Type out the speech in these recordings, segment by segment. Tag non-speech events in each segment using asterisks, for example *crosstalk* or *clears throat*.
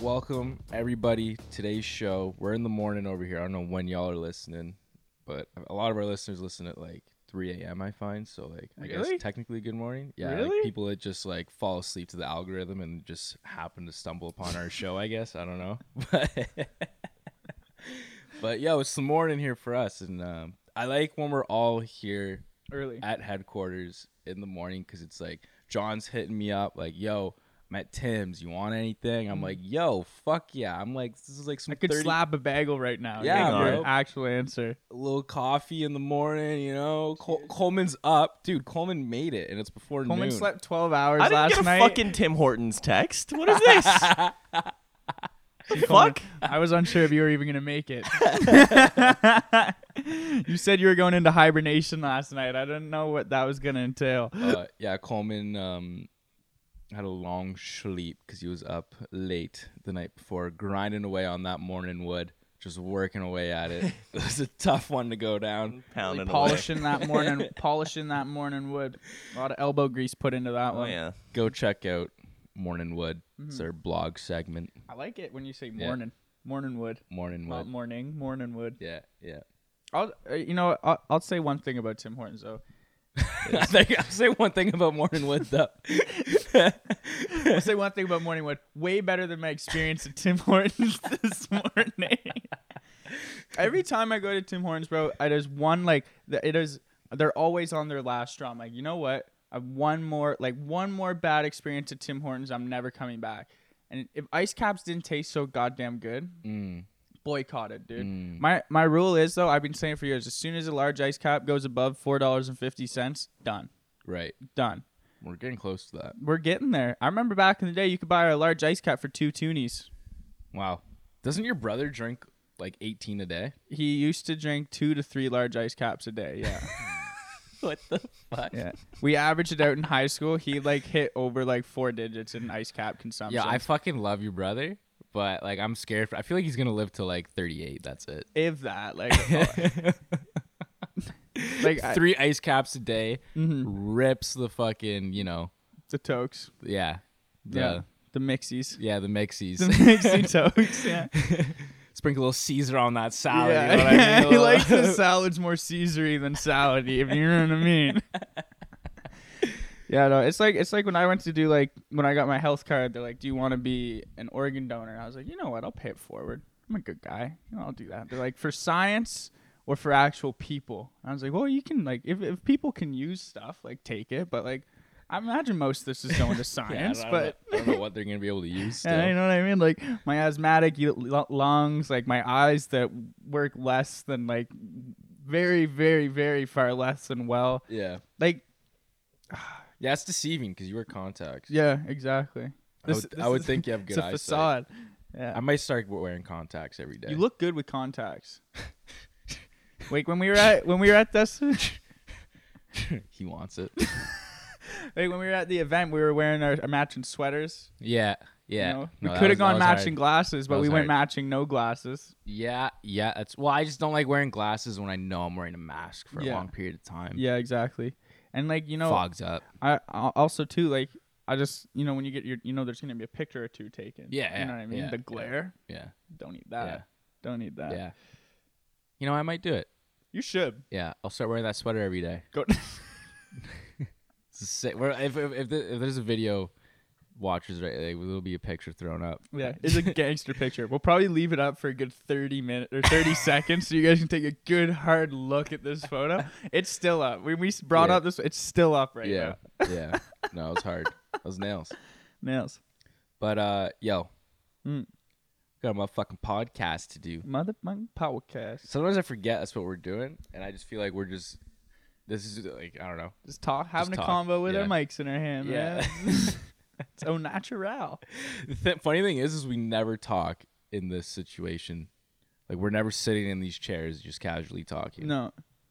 Welcome everybody. Today's show. We're in the morning over here. I don't know when y'all are listening, but a lot of our listeners listen at like 3 a.m. I find. So like, I Really? guess technically good morning. Yeah. like, Really? people that just like fall asleep to the algorithm and just happen to stumble upon our show. I guess I don't know, *laughs* but but yo, it's the morning here for us, and um, I like when we're all here Early. at headquarters in the morning because it's like John's hitting me up like, "Yo, I'm at Tim's. You want anything?" I'm like, "Yo, fuck yeah!" I'm like, "This is like some Mm-hmm. I could 30 slap a bagel right now. Yeah, Hang on. bro. actual answer. little coffee in the morning, you know." Col- Coleman's up, dude. Coleman made it, and it's before Coleman noon. slept 12 hours I didn't last get a night. fucking Tim Hortons text. What is *laughs* this? Coleman, fuck? I was unsure if you were even gonna make *laughs* it. you said you were going into hibernation last night. I didn't know what that was gonna entail. Uh, yeah, Coleman um, had a long sleep because he was up late the night before, grinding away on that morning wood, just working away at *laughs* it. it was a tough one to go down. Pounding away. polishing that morning, polishing that morning wood. A lot of elbow grease put into that Oh one. yeah. go check out Morning Wood. It's our blog segment. I like it when you say morning, morning wood, Morning not Wood. morning, morning wood. yeah, yeah. *laughs* I'll, uh, you know, what? I'll, I'll say one thing about Tim Hortons though. I think I'll say one thing about Morning Wood though. I'll say one thing about morning wood. Way better than my experience at Tim Hortons *laughs* this morning. Every time I go to Tim Hortons, bro, it is one like th- it is. They're always on their last straw. I'm like, you know what? I've one more like one more bad experience at Tim Hortons. I'm never coming back. And if ice caps didn't taste so goddamn good, Mm, boycott it, dude. Mm. My my rule is though, I've been saying for years, as soon as a large ice cap goes above four dollars and fifty cents, done, right. done. We're getting close to that. We're getting there. I remember back in the day, you could buy a large ice cap for two toonies. Wow. Doesn't your brother drink like 18 a day? He used to drink two to three large ice caps a day. Yeah, *laughs* What the fuck? Yeah, yeah. We averaged it out in high school. He like hit over like four digits in ice cap consumption. I fucking love your brother, but like I'm scared. For, I feel like he's going to live to like 38. That's it. if that like *laughs* like I, Mm-hmm. Three ice caps a day rips the fucking, you know, the tokes. yeah. The, Yeah, yeah. the mixies. *laughs* the mixies. The mixie tokes. Yeah. Sprinkle a little Caesar on that salad. yeah. *laughs* You know what I mean? he *laughs* likes his salads more Caesary than salady, if you know what I mean. yeah, no, it's like it's like when I went to do like when I got my health card, they're like, "Do you want to be an organ donor?" And I was like, "You know what? I'll pay it forward. I'm a good guy. You know, I'll do that." They're like, "For science." Or for actual people, And I was like, well, you can like if, if people can use stuff, like take it, but like I imagine most of this is *laughs* going to science, I don't but know- I don't know what they're gonna be able to use. Still. *laughs* Yeah, you know what I mean? Like my asthmatic y- l- lungs, like my eyes that work less than like very, very, very far less than well. Yeah, Like yeah, it's deceiving because you wear contacts. yeah, exactly. I would, I would is- think you have *laughs* it's good a eyesight. facade. Yeah. I might start wearing contacts every day. You look good with contacts. Wait, when we were at when we were at this *laughs* *laughs* he wants it. like when we were at the event, we were wearing our, our matching sweaters. yeah, you yeah. know? No, we that could was- have gone that was hard. matching glasses, but That we was went hard. matching no glasses. Yeah, yeah. That's well. I just don't like wearing glasses when I know I'm wearing a mask for Yeah. a long period of time. Yeah, exactly. And like you know, fogs up. I I- also too like I just you know when you get your you know there's gonna be a picture or two taken. Yeah, you yeah, know what I mean. yeah, the yeah. glare, Yeah, don't need that. Yeah. Don't need that. yeah. You know, I might do it. you should Yeah, I'll start wearing that sweater every day. go. *laughs* It's a sick- we're- If if, if, the, if there's a video watchers, right, like, there'll be a picture thrown up. yeah, *laughs* it's a gangster picture. We'll probably leave it up for a good thirty minutes or *laughs* thirty seconds, so you guys can take a good hard look at this *laughs* photo. It's still up. When we s- brought Yeah. up this, it's still up right yeah, now. *laughs* yeah. No, it was hard. Those nails. Nails, But uh, yo, Mm. got a motherfucking podcast to do. motherfucking powercast. Sometimes I forget that's what we're doing, and I just feel like we're just this is like I don't know. Just talk, having a talk, combo with our yeah. mics in our hand. Yeah. *laughs* Yeah, it's au natural. The th- funny thing is, is we never talk in this situation. Like we're never sitting in these chairs just casually talking. No,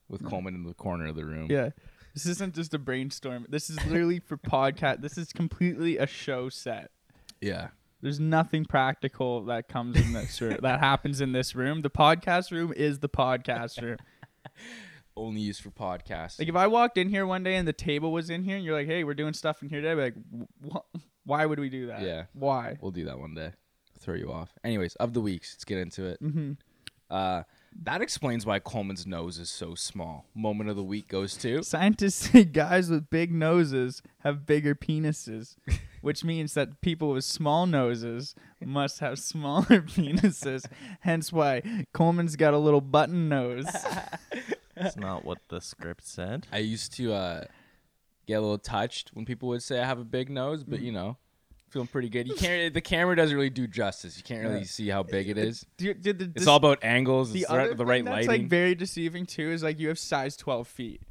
with Coleman in the corner of the room. Yeah. This isn't just a brainstorm. This is literally for podcast. This is completely a show set. yeah, There's nothing practical that comes in this room, that happens in this room. The podcast room is the podcast room. only used for podcasts. Like if I walked in here one day and the table was in here and you're like, "Hey, we're doing stuff in here today," I'd be like, "Wh- wh- "Why would we do that? Yeah. why?" we'll do that one day. throw you off. Anyways, of the weeks, let's get into it. Mm-hmm. Uh, that explains why Coleman's nose is so small. Moment of the week goes to Scientists *laughs* say guys with big noses have bigger penises, which means that people with small noses must have *laughs* smaller penises. Hence why Coleman's got a little *laughs* button nose. That's not what the script said. I used to uh, get a little touched when people would say I have a big nose, Mm. but you know, feeling pretty good. You can't. The camera doesn't really do justice. You can't really see how big it is. Dude, dude, the- It's this- all about angles. the It's other the right thing that's lighting. like very deceiving too is like you have size *laughs* 12 feet.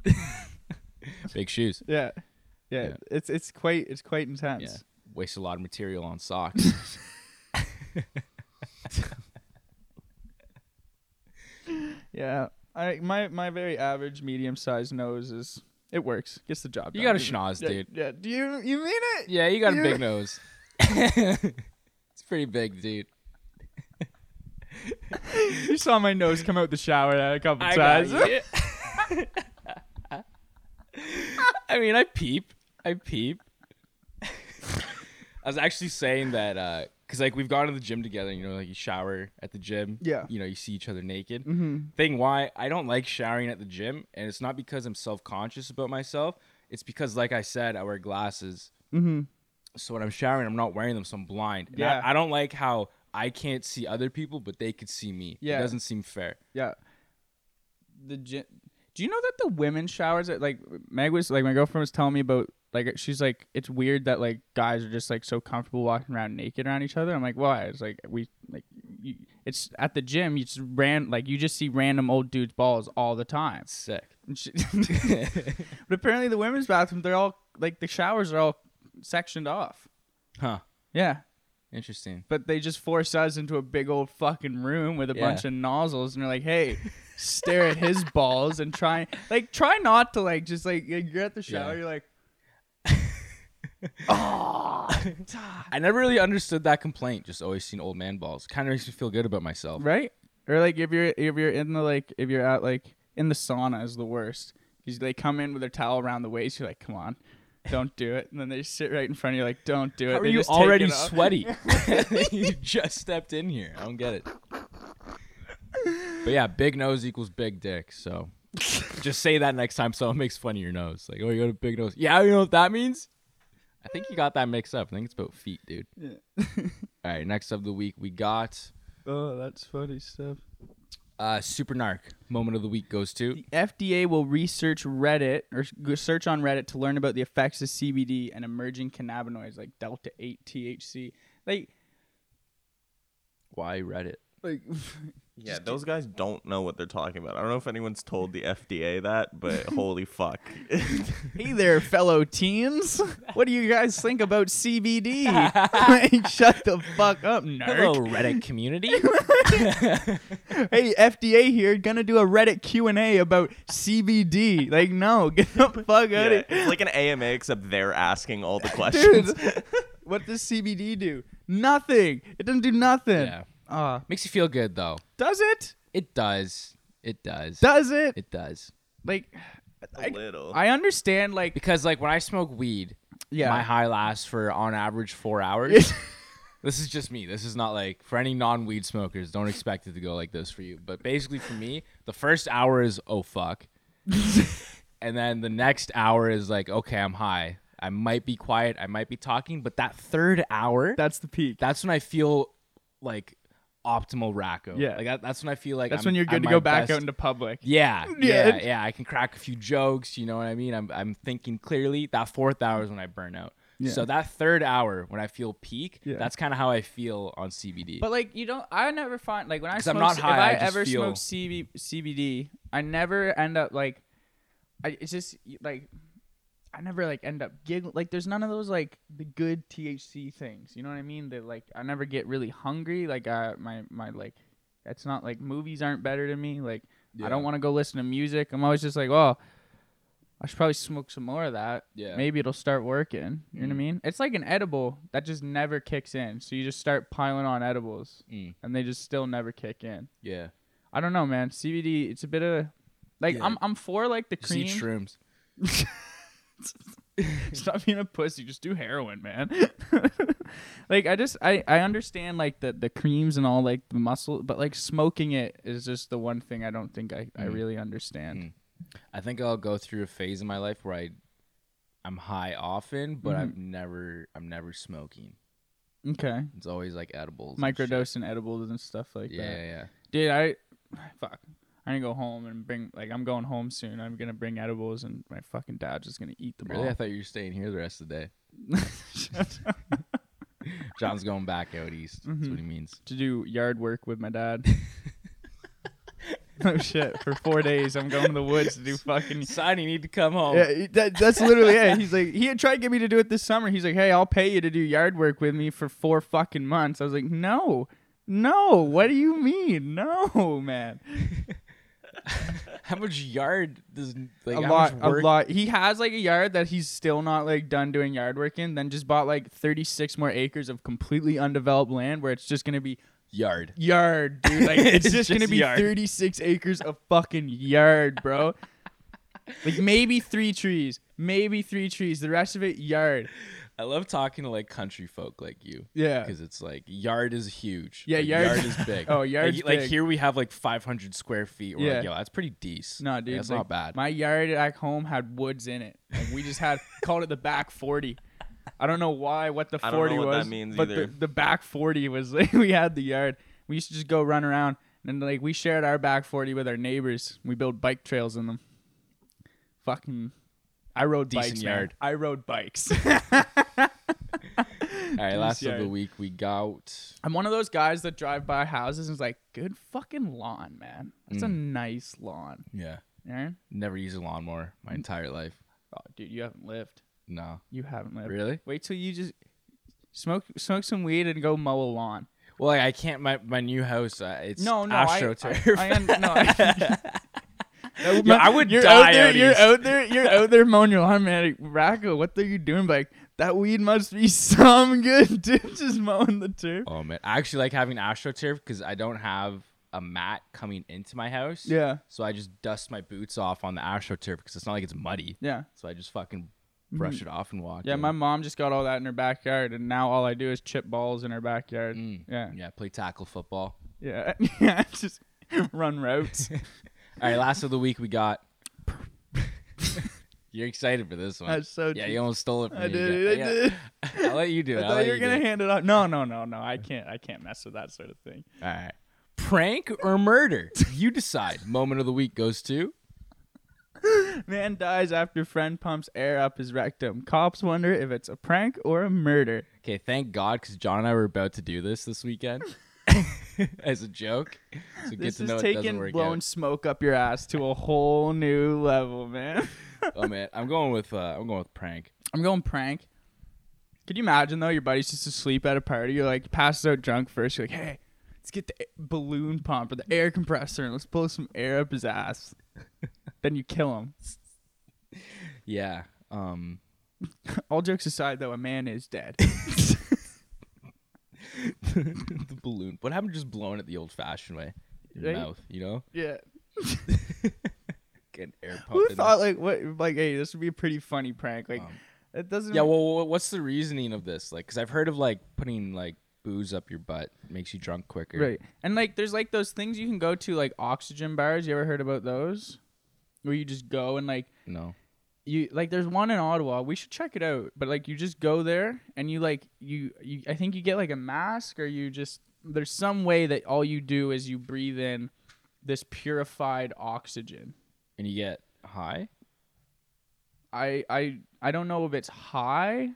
big shoes. Yeah. Yeah, Yeah. it's it's quite it's quite intense. Yeah, waste a lot of material on *laughs* socks. Yeah. I my my very average medium sized nose is it works. Gets the job You done. got a schnoz, yeah, dude. Yeah. Do you you mean it? Yeah, you got a You- big nose. *laughs* it's pretty big, dude. You saw my nose come out the shower a couple times. I mean, I peep. I peep. I was actually saying that uh, because like we've gone to the gym together. You know, like you shower at the gym. Yeah. Mm-hmm. You know, you see each other naked. Thing why I don't like showering at the gym, and it's not because I'm self conscious about myself. It's because, like I said, I wear glasses. So when I'm showering, I'm not wearing them, so I'm blind. And Mm-hmm. Yeah. I, I don't like how I can't see other people, but they could see me. Yeah. It doesn't seem fair. *laughs* yeah. The gym. Do you know that the women showers at like Meg was like my girlfriend was telling me about like she's like it's weird that like guys are just like so comfortable walking around naked around each other. I'm like why? It's like we like you, it's at the gym. You just ran like you just see random old dudes balls all the time. Sick. And she- *laughs* but *laughs* apparently the women's bathroom they're all like the showers are all sectioned off. *laughs* Huh. Yeah. Interesting. but they just force us into a big old fucking room with a Yeah. bunch of nozzles and they're like hey stare *laughs* at his balls and try like try not to like just like you're at the shower Yeah. you're like I never really understood that complaint. Just always seen old man balls. Kind of makes me feel good about myself. right or like if you're if you're in the like if you're at like in the sauna is the worst because they come in with their towel around the waist you're like come on don't do it and then they sit right in front of you like don't do it How are They you just take already it off. *laughs* sweaty? *laughs* you just stepped in here. I don't get it. But yeah, big nose equals big dick. So just say that next time someone makes fun of your nose. Like, oh, you got a big nose. Yeah, you know what that means? I think you got that mixed up. I think it's about feet, dude. *laughs* All right, next up the week we got oh that's funny stuff uh Super Narc. Moment of the week goes to FDA will research Reddit or s- go search on Reddit to learn about the effects of CBD and emerging cannabinoids like delta 8 THC. Like why Reddit. like *laughs* Yeah, those guys don't know what they're talking about. I don't know if anyone's told the FDA that, *laughs* but holy fuck. hey there fellow teens. What do you guys think about *laughs* CBD? *laughs* like shut the fuck up, Hello, nerd. Reddit community. Hey FDA here going to do a Reddit Q&A about CBD. Like no, *laughs* get the fuck out *laughs* Yeah, of here. it's like an AMA except they're asking all *laughs* the questions. Dude, *laughs* what does CBD do? Nothing. It doesn't do *laughs* nothing. yeah. Uh, Makes you feel good though. does it? It does. It does. Does it? it does. like a little. I understand like Because like when I smoke weed, yeah my high lasts for on average four hours. *laughs* this is just me. This is not like for any non-weed smokers. Don't expect it to go like this for you. But basically for me, the first hour is oh fuck, and then the next hour is like okay, I'm high. I might be quiet. I might be talking. But that third hour, that's the peak. that's when I feel like optimal racco. Yeah. like that, that's when I feel like That's I'm- when you're I'm good to my go back best. out into public. *laughs* Yeah, Yeah. yeah, yeah, I can crack a few jokes. You know what I mean? I'm I'm thinking clearly. That fourth hour is when I burn out. Yeah. So that third hour when I feel peak, Yeah. that's kind of how I feel on CBD. But like you don't, I never find like when I 'Cause smoke, I'm not high, I if I, just ever feel- smoke CB, CBD, I never end up like, I it's just like, I never like end up giggling. Like there's none of those like the good THC things. You know what I mean? That like I never get really hungry. Like uh my my like, it's not like movies aren't better to me. Like I don't Yeah. want to go listen to music. I'm always just like, oh, I should probably smoke some more of that. Yeah. Mm. Maybe it'll start working. You know what I mean? It's like an edible that just never kicks in. So you just start piling on edibles Mm. and they just still never kick in. yeah, I don't know, man. CBD, it's a bit of like Yeah. I'm I'm for like the just eat *laughs* cream. shrooms. Stop being a pussy. Just do heroin, man. *laughs* like I just I I understand like the the creams and all like the muscle, but like smoking it is just the one thing I don't think I Mm. I really understand. I think I'll go through a phase in my life where I I'm high often, Mm-hmm. but I've never I'm never smoking. Okay, It's always like edibles. and Mm. shit. microdose and edibles and stuff like Yeah, that. yeah, yeah. Dude, I fuck. I'm gonna go home and bring like I'm going home soon. I'm gonna bring edibles and my fucking dad's just gonna eat them Really? I all. thought you were staying here the rest of the day. *laughs* John's going back out east. That's Mm-hmm. what he means. to do yard work with my *laughs* dad. no shit. For four days, I'm going to the woods to do fucking. Son, you need to come home. *laughs* Yeah, he- that, that's literally it. He's like, he had tried to get me to do it this summer. He's like, hey, I'll pay you to do yard work with me for four fucking months. I was like, no, no. What do you mean? No, man. How much yard does like a how lot, much a work? lot. He has like a yard that he's still not like done doing yard work in. Then just bought like 36 more acres of completely undeveloped land where it's just gonna be Yard. yard, dude. *laughs* Like it's, It's just, gonna just be yard. 36 acres of fucking yard, bro. like maybe three trees, maybe three trees. The rest of it yard. I love talking to like country folk like you. Yeah. Because it's like yard is huge. Yeah, Like, yard- is big. *laughs* Oh, Like, yard's Like, big. here we have like 500 square feet. We're like, Yeah. yo, that's pretty decent. No, dude, that's like, not bad. My yard back home had woods in it. Like we just *laughs* had called it the back 40. I don't know why what the I don't know 40 what was, that means but either. The, the back 40 was *laughs* like we had the yard. We used to just go run around and like we shared our back 40 with our neighbors. We built bike trails in them. Fucking I rode Decent bikes, man. yard. I rode *laughs* bikes. All right, last of the yard. week we got. I'm one of those guys that drive by houses and is like, "Good fucking lawn, man. That's a Mm. nice lawn." Yeah. Aaron? Never used a lawnmower my Mm. entire life. Oh, dude, you haven't lived. No. You haven't lived. Really? Wait till you just smoke smoke some weed and go mow a lawn. Well, like, I can't. My, my new house. Uh, it's No, no, I, astroturf. I, I, un- no, I, *laughs* Yo, I would you're die out there. out you're east. out there. You're out there mowing your lawn, man. Like, Racco, what are you doing? But like that weed must be *laughs* some good, dude. Just mowing the turf. oh man, I actually like having astroturf because I don't have a mat coming into my house. Yeah, So I just dust my boots off on the astroturf because it's not like it's muddy. yeah, So I just fucking brush it off and walk. Mm. yeah. in. My mom just got all that in her backyard, and now all I do is chip balls in her backyard. Yeah, yeah, play tackle football. yeah, yeah. *laughs* just run *laughs* routes. All right, last of the week we got. *laughs* You're excited for this one. That's so. yeah, cheap. you almost stole it from I me. did. Yeah, I did. *laughs* I'll let you do it. *laughs* I I'll thought let you were do gonna it. hand it off. No, no, no, no. I can't. I can't mess with that sort of thing. All right. Prank or murder? You decide. Moment of the week goes to. Man dies after friend pumps air up his rectum. Cops wonder if it's a prank or a murder. Okay, thank God, because John and I were about to do this this *laughs* weekend as a joke. So good This to know is it doesn't taking work blown out. smoke up your ass to a whole new level, man. *laughs* Oh man, I'm going with uh, I'm going with prank. I'm going prank. Could you imagine though? Your buddy's just asleep at a party. You're like passes out drunk first. You're like, hey, let's get the a- balloon pump or the air compressor and let's blow some air up his ass. *laughs* then you kill him. Yeah. Um, *laughs* All jokes aside, though, a man is dead. the balloon. What happened? to Just blowing it the old-fashioned way. Your Right? mouth, you know. *laughs* yeah. Get air pump. Who in thought like what like hey this would be a pretty funny prank like it doesn't there. Um, Yeah. Well, wh- what's the reasoning of this? Like, because I've heard of like putting like booze up your butt makes you drunk quicker. right and like there's like those things you can go to like oxygen bars you ever heard about those where you just go and like No. you like there's one in Ottawa we should check it out but like you just go there and you like you you I think you get like a mask or you just there's some way that all you do is you breathe in this purified oxygen And you get high. I I I don't know if it's high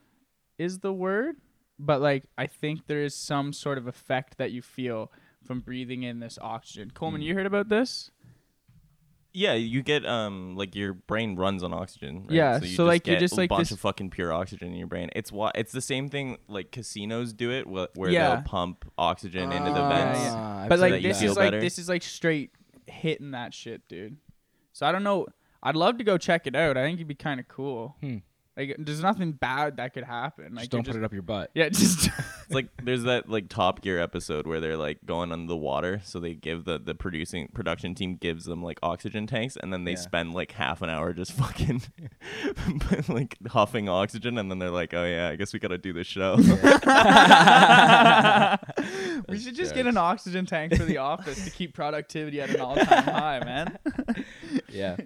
is the word, but like I think there is some sort of effect that you feel from breathing in this oxygen. Mm. Coleman, you heard about this? Yeah, you get um like your brain runs on oxygen. Right? Yeah, so, like, you're get just, a like, bunch this- of fucking pure oxygen in your brain. It's why it's the same thing like casinos do it wh- where Yeah. they'll pump oxygen into the Ah, vents. yeah. Ah, I've but seen that like you this feel is like better. this is like straight hitting that shit, dude. So I don't know. I'd love to go check it out. I think it'd be kind of cool. Like there's nothing bad that could happen. Like Hmm. just you're don't put it up your butt. *laughs* Yeah, *laughs* just It's like there's that like Top Gear episode where they're like going under the water, so they give the the producing production team gives them like oxygen tanks, and then they Yeah. spend like half an hour just *laughs* fucking like huffing oxygen, and then they're like, oh yeah, I guess we gotta do this show. we should jokes. just get an oxygen tank for the office to keep productivity at an all-time high, man. *laughs* Yeah.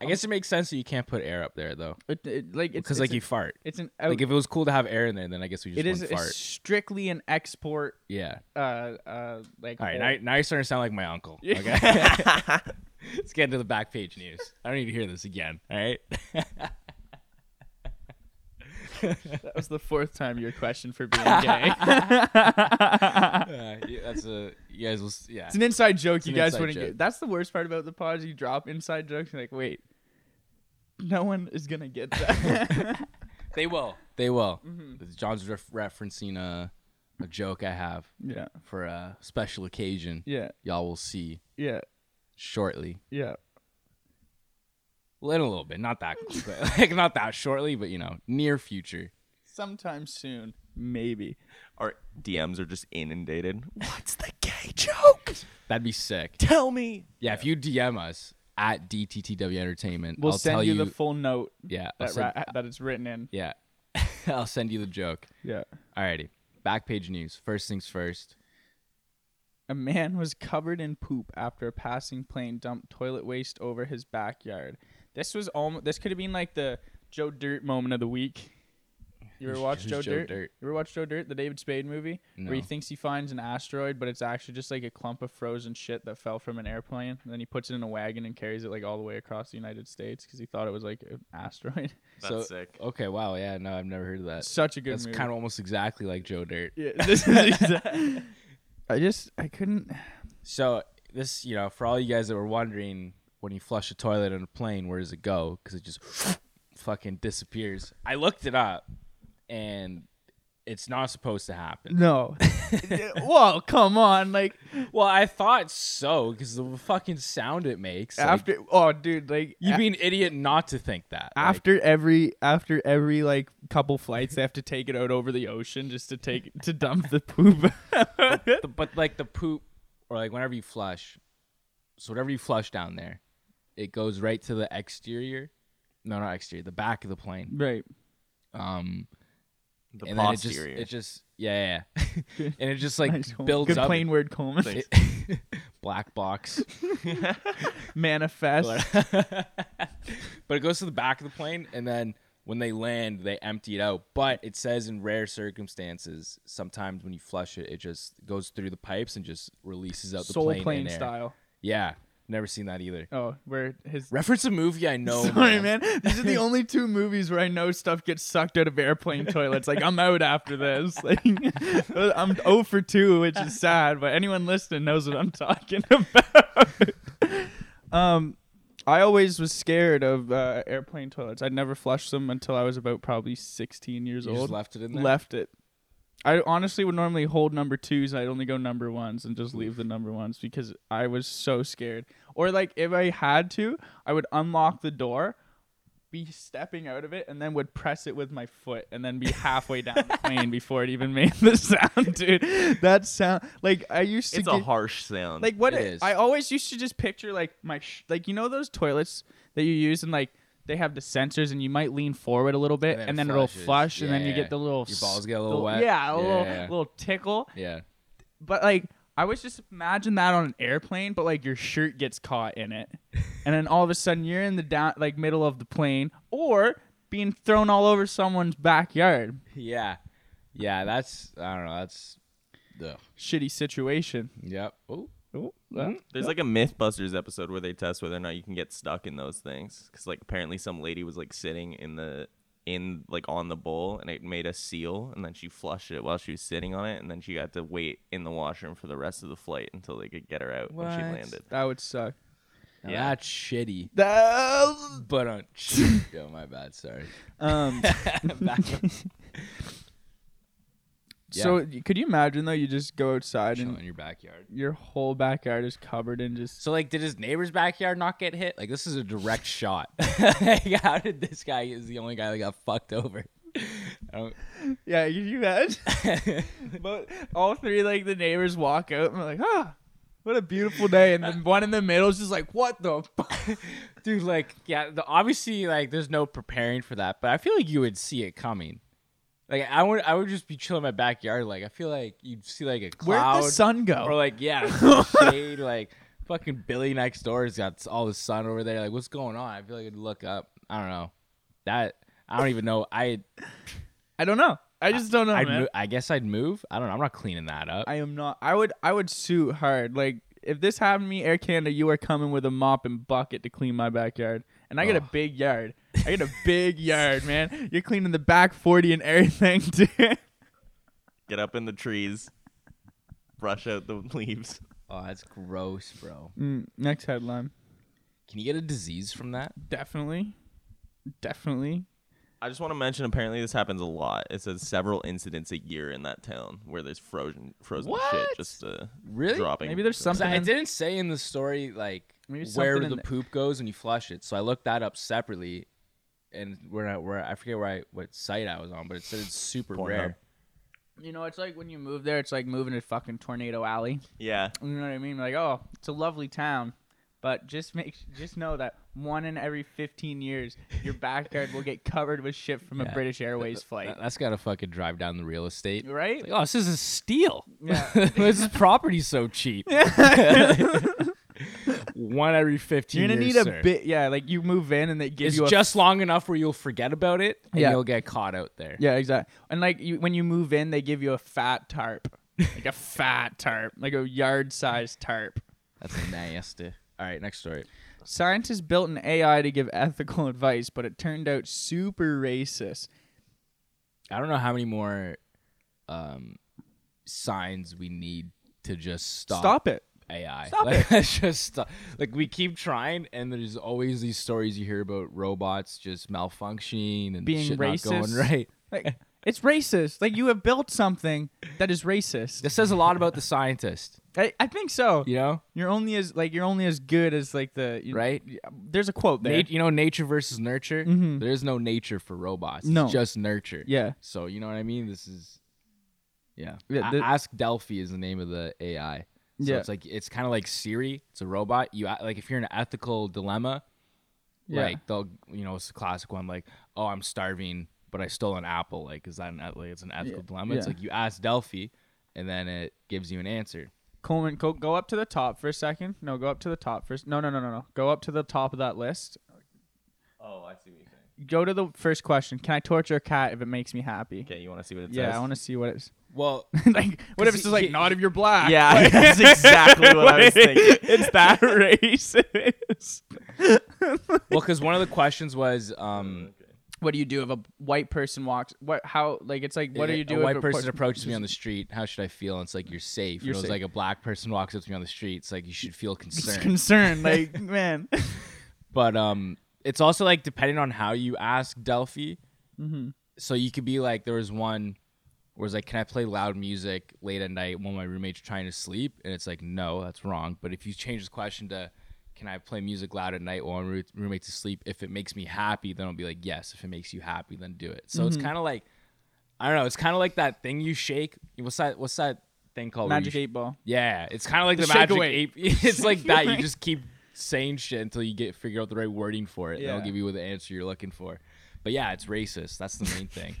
I guess it makes sense that you can't put air up there though, It, it- like it's because like it's you a- fart. it's an out, Like if it was cool to have air in there, then I guess we just it is wouldn't a fart. strictly an export. yeah. Uh, uh, like All right. whole- Now, now you're starting to sound like my uncle. Yeah. Okay. *laughs* Let's get into the back page news. I don't need to hear this again. All right. *laughs* that was the fourth time your *laughs* question for being gay. Uh, yeah, that's a you guys will. s- Yeah. It's an inside joke. an you guys inside wouldn't joke. get. That's the worst part about the pods. You drop inside jokes. You're like, wait, no one is gonna *laughs* get that. They will. They will. John's ref- referencing a a joke I have yeah, for a special occasion. yeah, Y'all will see yeah, shortly. yeah. Well, in a little bit, not that, Mm. quick, *laughs* but, like not that shortly, but you know, near future. Sometime soon, maybe. *laughs* Our DMs are just inundated. What's the gay joke? That'd be sick. Tell me. Yeah, if you DM us at DTTW Entertainment, We'll I'll tell send you. you, the full note yeah, I'll that, send- ra- that it's written in. yeah, *laughs* I'll send you the joke. Yeah. Alrighty, back page news. First things first. A man was covered in poop after a passing plane dumped toilet waste over his backyard. This was almost. This could have been like the Joe Dirt moment of the week. *laughs* You ever Who's- watch who's Joe, Joe Dirt? Dirt? You ever watch Joe Dirt, the David Spade movie, where he No. thinks he finds an asteroid, but it's actually just like a clump of frozen shit that fell from an airplane. And then he puts it in a wagon and carries it like all the way across the United States because he thought it was like an asteroid. *laughs* That's sick. Okay, wow, yeah, no, I've never heard of that. Such a good That's movie. kind of almost exactly like Joe Dirt. *laughs* yeah, this is *laughs* exa- I just I couldn't. *laughs* So this, you know, for all you guys that were wondering, when you flush a toilet in a plane, where does it go? Because it just *laughs* fucking disappears. I looked it up, and it's not supposed to happen. *laughs* No. Whoa, come on! Like Well, I thought so because the fucking sound it makes. like, after oh dude like you'd a- be an idiot not to think that. Like, after every after every like couple flights they have to take it out over the ocean just to take to dump the poop *laughs* the- but like the poop, or like whenever you flush, so whatever you flush down there, it goes right to the exterior. No, not exterior. The back of the plane. right Um, The and then it just, posterior. it just, yeah, yeah, yeah. *laughs* and it *laughs* just like Nice, Coleman. builds good up. plain word Coleman Thanks. It- *laughs* black box. *laughs* manifest but but it goes to the back of the plane, and then when they land, they empty it out. But it says in rare circumstances, sometimes when you flush it, it just goes through the pipes and just releases out the soul plane, in plane air. style Yeah, never seen that either. oh where his Reference a movie I *laughs* know. Sorry, man. These are the only two movies where I know stuff gets sucked out of airplane toilets. Like I'm out after this. *laughs* Like I'm 0 for 2, which is sad. But anyone listening knows what I'm talking *laughs* about. um, I always was scared of uh, airplane toilets. I'd never flushed them until I was about probably 16 years You old. just left it in there. Left it. I honestly would normally hold number twos. I'd only go number ones and just leave the number ones because I was so scared. Or like if I had to, I would unlock the door, be stepping out of it, and then would press it with my foot, *laughs* and then be halfway down the plane before it even made the *laughs* sound, dude. That sound like I used to. it's a get- harsh sound. like what It it is. is. I always used to just picture like my sh- like you know those toilets that you use and like they have the sensors and you might lean forward a little bit And and then then, it it'll flushes. flush and then you Yeah. get the little Your s- balls get a little the- wet. Yeah, a little Yeah. little tickle. Yeah. But like I was just imagine that on an airplane, but like your shirt gets caught in *laughs* it, and then all of a sudden you're in the down like middle of the plane or being thrown all over someone's backyard. Yeah. Yeah. That's I don't know. That's. Ugh. Shitty situation. Yep. Oh. Mm-hmm. There's like a MythBusters episode where they test whether or not you can get stuck in those things because like apparently some lady was like sitting in the in like on the bowl and it made a seal and then she flushed it while she was sitting on it and then she got to wait in the washroom for the rest of the flight until they could get her out when she What? landed. That would suck. Now Yeah. That's shitty. That But uh, *laughs* on. *laughs* *laughs* Yo, my bad. Sorry. um. Back up. So could you imagine though? You just go outside Chill and in your backyard. your whole backyard is covered in just. So like, did his neighbor's backyard not get hit? Like, this is a direct *laughs* shot. *laughs* like, how did this guy is the only guy that got fucked over? *laughs* Um, I *laughs* don't- *laughs* Yeah, you you imagine? but *laughs* all three like the neighbors walk out and we're like, ah, what a beautiful day, and the one in the middle is just like, what the. Fuck? *laughs* Dude, like, yeah, the, obviously, like, there's no preparing for that, but I feel like you would see it coming. Like, I would, I would just be chilling in my backyard. Like, I feel like you'd see like a cloud, Where'd the sun go? or like, *laughs* yeah, some shade. Like, fucking Billy next door's got all the sun over there. Like, what's going on? I feel like I'd look up. I don't know. That I don't even know. *laughs* I, I don't know. I just don't know, I'd man. mo- I guess I'd move. I don't know. I'm not cleaning that up. I am not. I would. I would sue hard. Like if this happened to me, Air Canada, you are coming with a mop and bucket to clean my backyard, and I got a Oh. big yard. I *laughs* got a big yard, man. You're cleaning the back forty and everything, *laughs* dude. Get up in the trees, brush out the *laughs* leaves. oh, that's gross, bro. Mm, next headline. Can you get a disease from that? Definitely. Definitely. I just want to mention. Apparently, this happens a lot. It says several incidents a year in that town where there's frozen, frozen shit What? just uh, Really? dropping. Maybe there's So something. I in- didn't say in the story like Maybe where something in the the- poop goes when you flush it. So I looked that up separately, and where I, where I forget where I what site I was on, but it said it's super Pornhub. rare. You know, it's like when you move there, it's like moving to fucking Tornado Alley. Yeah, You know what I mean? Like, oh, it's a lovely town, but just make just know that one in every 15 years, *laughs* your backyard will get covered with shit from a Yeah. *laughs* British Airways flight. That, has gotta fucking drive down the real estate. Right? Like, oh, this is a steal. Yeah. *laughs* this is property's so cheap. *laughs* One every 15 You're gonna years, need a sir. bit, yeah. Like you move in and they give It's you a just long enough where you'll forget about it and Yeah. you'll get caught out there. yeah, exactly. And like you, when you move in, they give you a fat tarp, *laughs* like a fat tarp, like a yard sized tarp. That's nasty. All right, next story. Scientists built an AI to give ethical *laughs* advice, but it turned out super racist. I don't know how many more um, signs we need to just stop, Stop it. AI. Stop like, *laughs* let's just stop. Like we keep trying, and there's always these stories you hear about robots just malfunctioning and Being shit not going racist. right. Like *laughs* it's racist. Like you have built something that is racist. This says a lot about the scientist, I, I think so. you know, You're only as like you're only as good as like the you, right? There's a quote there. Mm-hmm. Nat- you know, nature versus nurture. There is no nature for robots. No. it's just nurture. Yeah. So you know what I mean? This is yeah. Yeah, A- the- Ask Delphi is the name of the AI. So Yeah. it's like it's kind of like Siri. It's a robot. You a- like if you're in an ethical dilemma, Yeah. like they'll you know it's the classic one like oh I'm starving but I stole an apple like is that an eth- like it's an ethical dilemma? It's yeah. like you ask Delphi, and then it gives you an answer. Coleman, go, go up to the top for a second. No, go up to the top first. No, no, no, no, no. Go up to the top of that list. Oh, I see what you're saying. Go to the first question. Can I torture a cat if it makes me happy? Okay, you want to see what it Yeah, says? I want to see what it's *laughs* Well, like. What if he- it's just like he- not if you're *laughs* black? *laughs* Yeah, that's exactly what *laughs* I was thinking. It's that racist. well, because one of the questions was um. What do you do if a white person walks? What? How? Like it's like what do a- you do? A if white a person person- approaches *laughs* me on the street. How should I feel? And it's like you're safe. You're you know, it's safe. like a black person walks up to me on the street. It's like you should feel It's concerned. concerned. Like man. but um, it's also like depending on how you ask Delphi. So you could be like, there was one where it's like, can I play loud music late at night while my roommate's trying to sleep? And it's like, no, that's wrong. But if you change the question to can I play music loud at night while my roo- roommate's asleep? If it makes me happy, then I'll be like, yes. If it makes you happy, then do it. So it's kind of like I don't know. It's kind of like that thing you shake. What's that? What's that thing called? where Magic you sh- eight ball. Yeah, it's kind of like The the, shake magic away. ape. *laughs* It's *laughs* like that. You Right. just keep saying shit until you get figure out the right wording for it. and Yeah. They'll give you the answer you're looking for. But yeah, it's racist. That's the main *laughs* thing.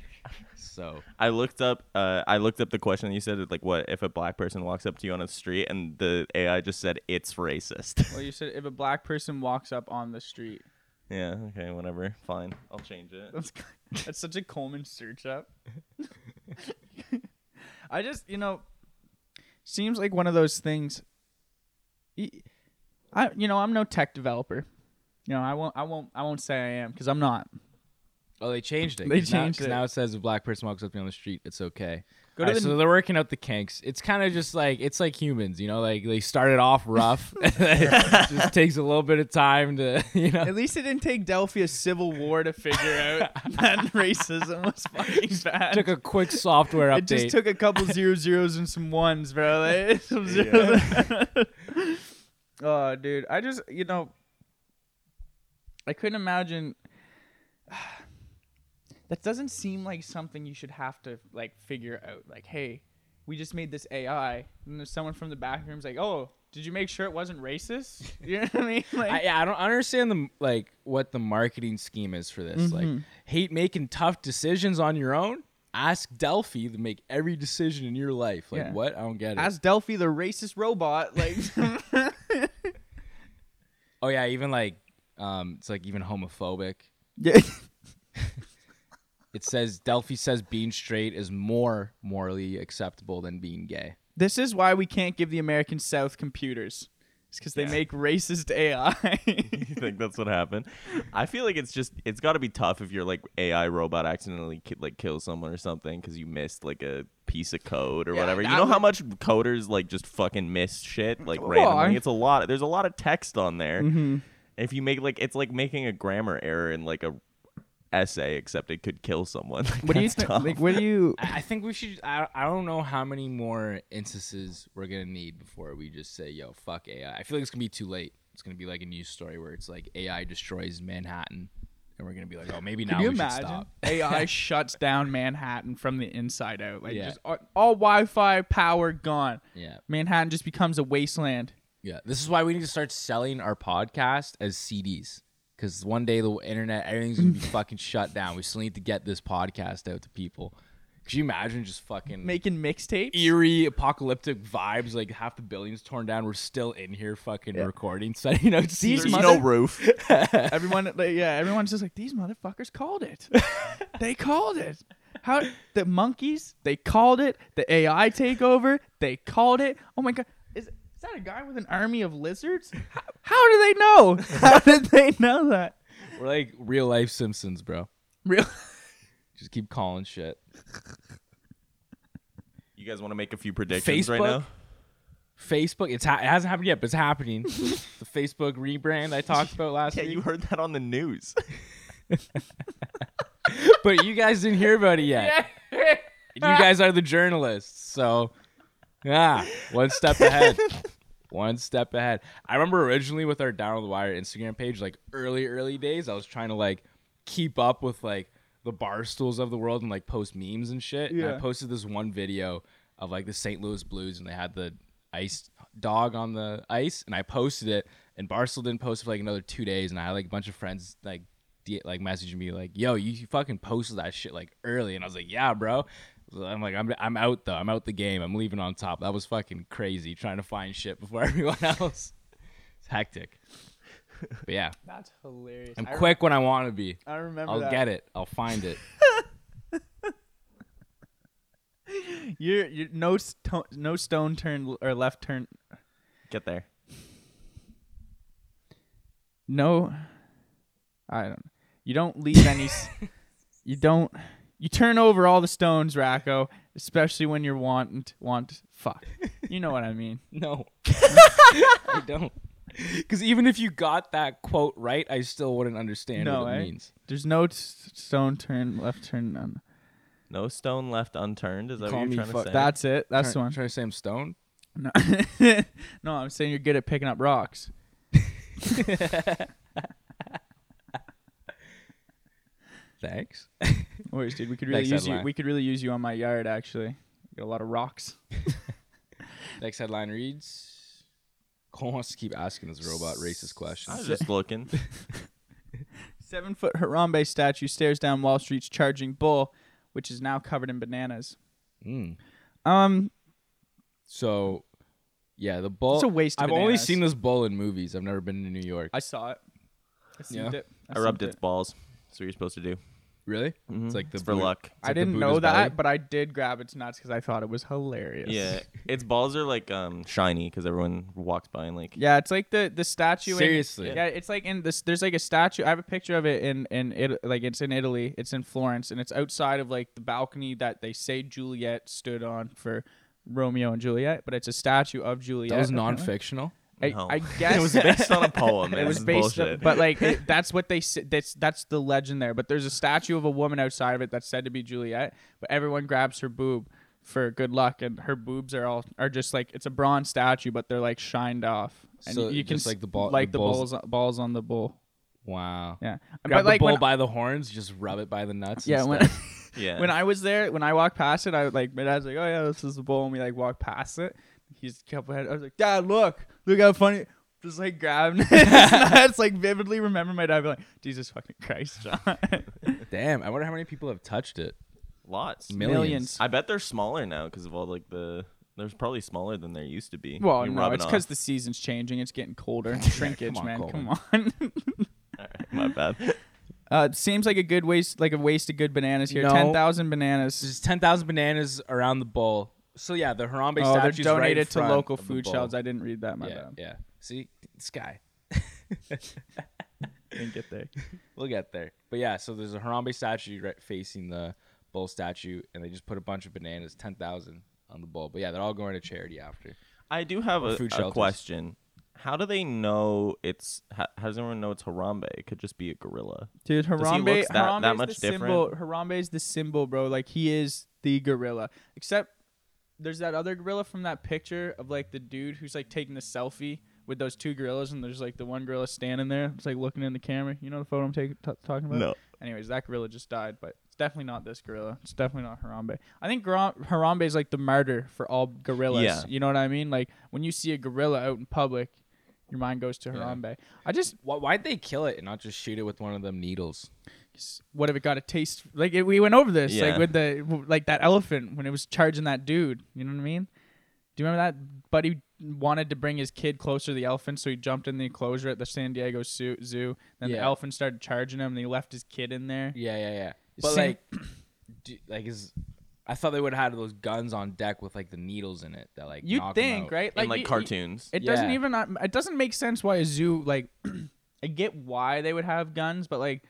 So I looked up. Uh, I looked up the question you said. Like, what if a black person walks up to you on the street and the AI just said it's racist? *laughs* Well, you said if a black person walks up on the street. *laughs* yeah. Okay. Whatever. Fine. I'll change it. That's that's such a Coleman search up. *laughs* I just you know, seems like one of those things. y- I you know I'm no tech developer, you know I won't I won't I won't say I am because I'm not. Oh, they changed it. They 'cause now, changed 'cause it. Now it says a black person walks up to you on the street, it's okay. Go to Alright, the- so they're working out the kinks. It's kind of just like it's like humans, you know, like they started off *laughs* rough. *laughs* it just takes a little bit of time to, *laughs* you At know. least it didn't take Delphi a civil war to figure *laughs* out that racism was fucking bad. Took a quick software update. *laughs* it just took a couple zero zeros and some ones, bro. *laughs* Like, *laughs* some zeros. oh, dude, I just you know, I couldn't imagine. *sighs* That doesn't seem like something you should have to like figure out. Like, hey, we just made this AI, and there's someone from the back room's like, oh, did you make sure it wasn't racist? *laughs* You know what I mean? Like, I, yeah, I don't understand the like what the marketing scheme is for this. Like, hate making tough decisions on your own. Ask Delphi to make every decision in your life. Like, Yeah. what? I don't get it. Ask Delphi the racist robot. *laughs* Like, *laughs* oh yeah, even like, um, it's like even homophobic. yeah. It says Delphi says being straight is more morally acceptable than being gay. this is why we can't give the American South computers. It's because they Yeah. make racist AI. *laughs* you think that's what happened? I feel like it's just it's got to be tough if your like AI robot accidentally ki- like kills someone or something because you missed like a piece of code or Yeah, whatever. You that know how would- much coders like just fucking miss shit like Well, randomly. I- Mm-hmm. It's a lot. There's a lot of text on there. If you make like it's like making a grammar error in like a essay, except it could kill someone. *laughs* *laughs* Like, what do you that's think? tough. Like, what do you? I I think we should. I, I don't know how many more instances we're gonna need before we just say, "Yo, fuck AI." I feel like it's gonna be too late. It's gonna be like a news story where it's like AI destroys Manhattan, and we're gonna be like, "Oh, maybe now Can you we should imagine? stop." *laughs* AI shuts down Manhattan from the inside out. Like, Yeah. just all, all Wi-Fi power gone. Yeah, Manhattan just becomes a wasteland. yeah. This is why we need to start selling our podcast as CDs. Because one day the internet, everything's *laughs* gonna be fucking shut down. We still need to get this podcast out to people. Could you imagine just fucking Making mixtapes. eerie apocalyptic vibes? Like half the buildings torn down. We're still in here fucking recording, *laughs* setting out CDs. These There's mother- *laughs* no roof. Everyone, *laughs* like, yeah, everyone's just like these motherfuckers called *laughs* it. they called it. How the monkeys? They called it. The AI takeover? They called it. Oh my god, is, is that a guy with an army of lizards? How, how do they *laughs* know? How did they know that? We're like real life Simpsons, bro. Real? Just keep calling shit. You guys want to make a few predictions right Facebook? now? Facebook, it's ha- it hasn't happened yet, but it's happening. the Facebook rebrand I talked about last Yeah, week, you heard that on the news. but you guys didn't hear about it yet. You guys are the journalists, so yeah, one step ahead. One step ahead. I remember originally with our Down on the Wire Instagram page, like early, early days, I was trying to like keep up with like the bar stools of the world and like post memes and shit. And I Yeah. posted this one video of like the St. Louis Blues and they had the ice dog on the ice and I posted it and Barstool didn't post it for like another two days and I had like a bunch of friends like D- like messaging me like yo you fucking posted that shit like early and I was like yeah bro So I'm like I'm I'm out though I'm out the game I'm leaving on top that was fucking crazy trying to find shit before *laughs* everyone else it's hectic but yeah That's hilarious. I'm quick when I want to be I remember. I'll get it I'll find it it. You're, you're no stone, no stone turn or left turn. Get there. No, I don't. You don't leave any. s- you don't. You turn over all the stones, Racco, especially when you're want want fuck. You know what I mean. *laughs* no *laughs* I don't because even if you got that quote right I still wouldn't understand No, what it eh? means There's no t- stone turn left turn none. No stone left unturned. Is that Call what me you're trying fuck- to say? That's it. That's the trying, one. trying to say I'm stoned No. no, *laughs* I'm saying you're good at picking up rocks. thanks Worries, dude. We could really Thanks, use you. Adeline. We could really use you on my yard. Actually, got a lot of rocks. Next headline reads Cole wants to keep asking this robot racist I was questions. just looking. Seven foot Harambe statue stares down Wall Street's charging bull, which is now covered in bananas. Mm. Um, So, yeah, the bull. It's a waste of I've only bananas. seen this bull in movies. I've never been to New York. I saw it. I seen Yeah. it. I rubbed seen its balls. That's what you're supposed to do. Really? It's like the Mm-hmm. It's for Buddha- luck. like I the didn't know Buddha's that, belly. but I did grab its nuts because I thought it was hilarious. Yeah, its balls are like um shiny because everyone walks by and like Yeah, it's like the the statue. in- Seriously. yeah, it's like in this. There's like a statue. I have a picture of it in in it like it's in Italy. It's in Florence, and it's outside of like the balcony that they say Juliet stood on for Romeo and Juliet. But it's a statue of Juliet. That was apparently. non-fictional. I, No. I guess *laughs* it was *laughs* based on a poem. It was based, bullshit. *laughs* but like it, that's what they s- that's that's the legend there. But there's a statue of a woman outside of it that's said to be Juliet, but everyone grabs her boob for good luck, and her boobs are all are just like it's a bronze statue, but they're like shined off, and So you can just s- like the ball- like the the balls- balls balls on the bull. Wow. Yeah, Grab but like the bull when, by the horns, just rub it by the nuts. yeah and when. *laughs* stuff. yeah, When I was there, when I walked past it, I was like, my dad's like, oh yeah, this is the bull, and we like walked past it. He's a couple ahead. I was like, Dad, look, look how funny. Just like grabbing *laughs* it. It's like vividly remember my dad being like, Jesus fucking Christ, *laughs* John. Damn, I wonder how many people have touched it. lots. Millions. I bet they're smaller now because of all like the. They're probably smaller than they used to be. Well, You no, rub it it's off. because the season's changing. It's *laughs* getting colder. Shrinkage, on, man. Colin. Come on. *laughs* *laughs* my bad. uh, it seems like a good waste, like a waste of good bananas here. No. Ten thousand bananas. There's ten thousand bananas around the bowl. So yeah, the Harambe Oh, they're statue's right in donated front to local of the food bowl. shelves. I didn't read that. My yeah, bad. yeah. See, this guy. Didn't get there. We'll get there. But yeah, so there's a Harambe statue right facing the bull statue, and they just put a bunch of bananas, ten thousand, on the bull. But yeah, they're all going to charity after. I do have a, food a shelters. question. How do they know it's? How, how does everyone know it's Harambe? It could just be a gorilla. Dude, he Harambe, Harambe's look that- that the much symbol. Harambe's the symbol, bro. Like he is the gorilla. Except there's that other gorilla from that picture of like the dude who's like taking the selfie with those two gorillas, and there's like the one gorilla standing there, it's like looking in the camera. You know the photo I'm taking t- talking about? No. Anyways, that gorilla just died, but it's definitely not this gorilla. It's definitely not Harambe. I think Gra- Harambe is like the martyr for all gorillas. Yeah. You know what I mean? Like when you see a gorilla out in public, your mind goes to Harambe. I just Why, why'd they kill it and not just shoot it with one of them needles? what if it got a taste like it, we went over this Yeah. like with the like that elephant when it was charging that dude you know what i mean do you remember that buddy wanted to bring his kid closer to the elephant so he jumped in the enclosure at the san diego Zoo. zoo then the Yeah. elephant started charging him and he left his kid in there Yeah, yeah, yeah. But Same- *clears throat* like, do, like is. I thought they would have had those guns on deck with like the needles in it that like you'd knock 'em think out. right in like you- you- cartoons. it doesn't Yeah. even it doesn't make sense why a zoo like *clears throat* i get why they would have guns but like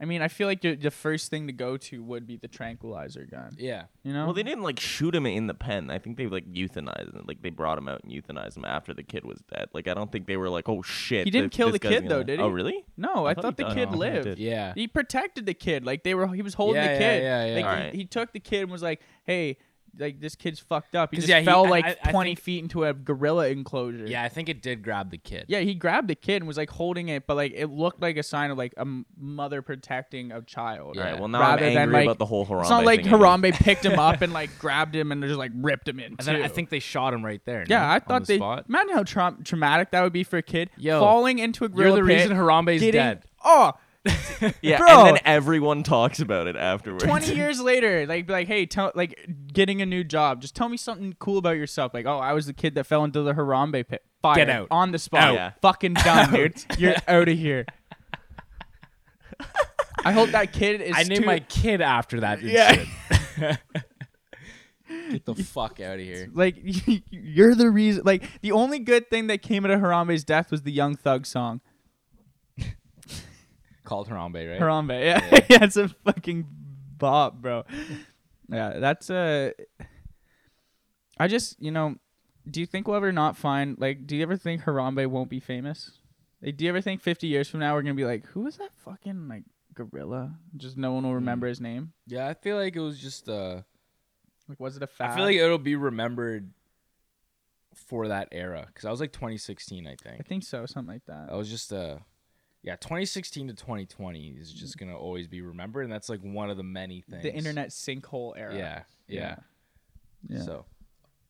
i mean i feel like the the first thing to go to would be the tranquilizer gun Yeah, you know well, they didn't like shoot him in the pen. I think they like euthanized him. Like they brought him out and euthanized him after the kid was dead. Like I don't think they were like, oh shit. He didn't th- kill this the guy's kid, gonna though, die." did Oh he? really? no i, thought he thought, the died. kid No, he lived did. yeah. *laughs* He protected the kid. Like they were, he was holding Yeah, the yeah, kid. yeah, yeah. Like he, Alright. he took the kid and was like, "Hey, like this kid's fucked up. He 'Cause, just yeah, he- fell I- like I- I twenty think- feet into a gorilla enclosure." Yeah, I think it did grab the kid. yeah. He grabbed the kid and was like holding it, but like it looked like a sign of like a m- mother protecting a child. Yeah. All right. Well, now Rather I'm than, angry like- about the whole Harambe. It's not like thing again. Harambe picked him up and like grabbed him and just like ripped him in. And then I too. think they shot him right there. no? Yeah, I On thought the they. spot? Imagine how tra- traumatic that would be for a kid Yo, falling into a gorilla You're the pit, reason Harambe's getting, dead. Oh, *laughs* Yeah, Bro. and then everyone *laughs* talks about *laughs* it afterwards. 20 years later like be like hey tell like getting a new job just tell me something cool about yourself like oh i was the kid that fell into the harambe pit Fired. Get out. on the spot Out. Yeah. fucking done dude *laughs* you're out of here i hope that kid is I named too- my kid after that. Yeah. *laughs* incident. Get the fuck out of here. like *laughs* you're the reason like the only good thing that came out of harambe's death was the young thug song Called Harambe, right? harambe yeah Yeah. *laughs* yeah, it's a fucking bop bro yeah that's uh i just you know do you think we'll ever not find like do you ever think Harambe won't be famous? Like do you ever think 50 years from now we're going to be like who was that fucking like gorilla? Just no Hmm. one will remember his name. Yeah, I feel like it was just. Uh, Like was it a fad? I feel like it'll be remembered for that era because I was like 2016, I I think. think so, something like that. I was just. Uh, yeah, 2016 to 2020 is just gonna always be remembered, and that's like one of the many things. the internet sinkhole era. Yeah, yeah. Yeah. So *laughs*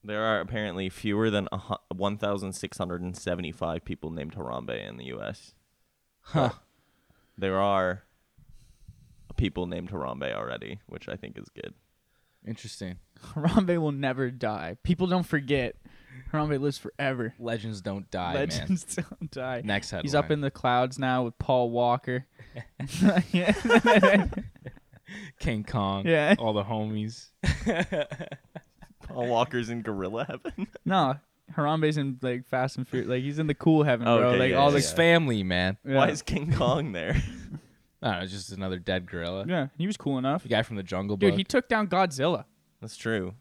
There are apparently fewer than a hu- 1,675 people named Harambe in the U.S. Huh. But There are people named Harambe already, which I think is good. interesting. Harambe will never die. People don't forget. Harambe lives forever. Legends don't die, man. Legends *laughs* don't die. Next headline. *laughs* He's up in the clouds now with Paul Walker. King Kong, Yeah. *laughs* all the homies. *laughs* Paul Walker's in Gorilla Heaven. No, Harambe's in like Fast and Furious. Like he's in the cool heaven, Oh, bro. okay, like yeah, all yeah, the His family, man. yeah. Why is King Kong there? *laughs* I don't know, just another dead gorilla. yeah, he was cool enough. The guy from the Jungle Dude, Book. he took down Godzilla. That's true.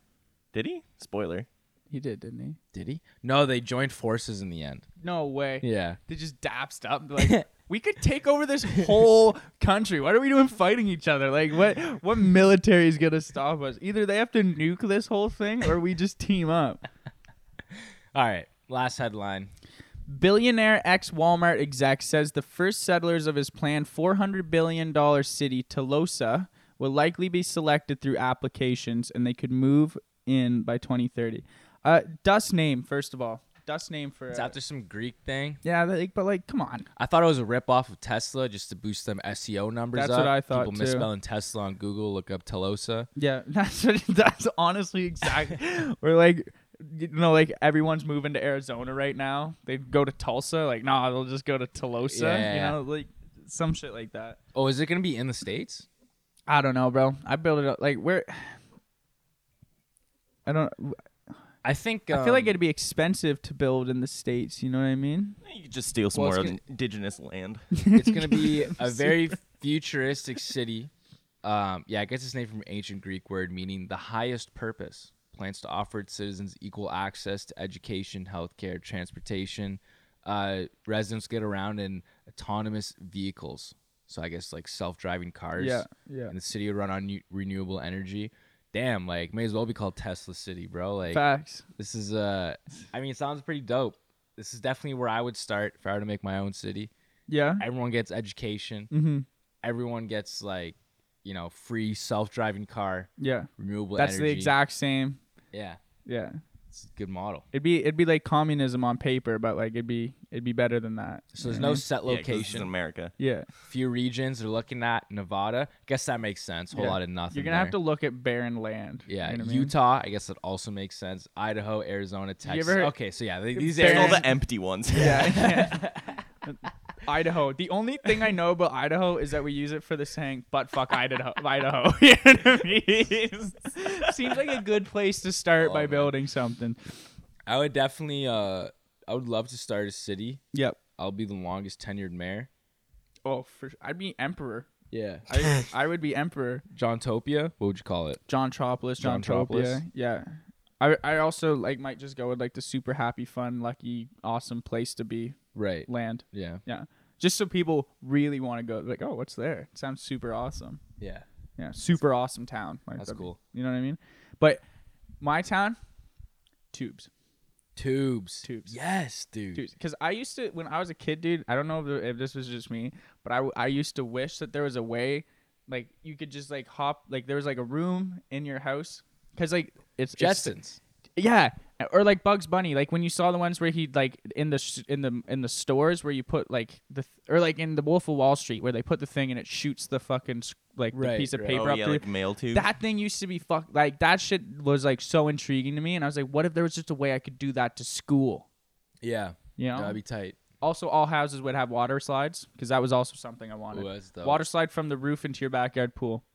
Did he? Spoiler. He did, didn't he? Did he? No, they joined forces in the end. No way. Yeah. They just dapsed up. *laughs* Like we could take over this whole country. What are we doing fighting each other? Like what? What military is gonna stop us? Either they have to nuke this whole thing, or we just team up. All right. Last headline. Billionaire ex Walmart exec says the first settlers of his planned $400 billion city, Tolosa, will likely be selected through applications and they could move in by 2030. Uh, Dust name, first of all. Dust name for. It's uh, after some Greek thing. yeah, like, but like, come on. I thought it was a ripoff of Tesla just to boost them SEO numbers That's up. what I thought, People too. misspelling Tesla on Google, look up Telosa. Yeah, *laughs* that's, that's honestly exactly. We're like, you know, like everyone's moving to Arizona right now. They go to Tulsa. Like, nah, they'll just go to Tolosa. Yeah. You know, like some shit like that. Oh, is it going to be in the States? I don't know, bro. I built it up like where. I don't. I think. I feel like um, it'd be expensive to build in the states. You know what I mean? You could just steal some Well, more it's gonna- indigenous land. *laughs* it's going to be a very futuristic city. Um, yeah, I guess its name from ancient Greek word meaning the highest purpose. Plans to offer its citizens equal access to education, healthcare, transportation. Uh, residents get around in autonomous vehicles. So I guess like self-driving cars. Yeah, yeah. And the city will run on new- renewable energy. Damn, like may as well be called Tesla City, bro. Like Facts. this is uh, I mean, it sounds pretty dope. This is definitely where I would start if I were to make my own city Yeah. everyone gets education Mm-hmm. everyone gets like you know free self-driving car Yeah. renewable That's the energy. exact same. yeah Yeah. it's a good model It'd be it'd be like communism on paper, but like it'd be it'd be better than that. so there's no Mm-hmm. set Yeah, 'cause this is location in America. Yeah. few regions they're looking at nevada guess that makes sense whole Yeah. lot of nothing You're gonna have to there. look at barren land. yeah You know what I mean? utah i guess that also makes sense idaho arizona texas heard- okay so yeah they, these Fair There's all areas enough. the empty ones. *laughs* Yeah. *laughs* Idaho. The only thing I know about Idaho is that we use it for the saying "butt fuck *laughs* Idaho." Idaho. *laughs* You know what I mean? Seems like a good place to start Oh, by man. building something. i would definitely uh i would love to start a city Yep. i'll be the longest tenured mayor Oh, for sure. I'd be emperor. yeah *laughs* I I would be emperor. john topia what would you call it John Tropolis. John Troplis. Tropia. Yeah. I I also like might just go with like the super happy, fun, lucky, awesome place to be right land. yeah Yeah. Just so people really want to go. Like, oh, what's there? It sounds super awesome. yeah Yeah, super awesome town. Like, That's that'd be- cool. You know what I mean? But my town, tubes, Tubes. Tubes. Yes, dude. tubes. Because I used to when I was a kid, dude. I don't know if, if this was just me, but I I used to wish that there was a way, like you could just like hop, like there was like a room in your house, because like it's it's- Jetsons. yeah. Or like Bugs Bunny, like when you saw the ones where he like in the sh- in the in the stores where you put like the th- or like in the Wolf of Wall Street where they put the thing and it shoots the fucking s- like the Right, piece of right. paper *laughs* Oh up yeah, through. like mail tube. That thing used to be fuck like that shit was like so intriguing to me, and I was like, what if there was just a way I could do that to school? Yeah. You know. That'd be tight. also, all houses would have water slides because that was also something I wanted. Ooh, that's dope. water slide from the roof into your backyard pool,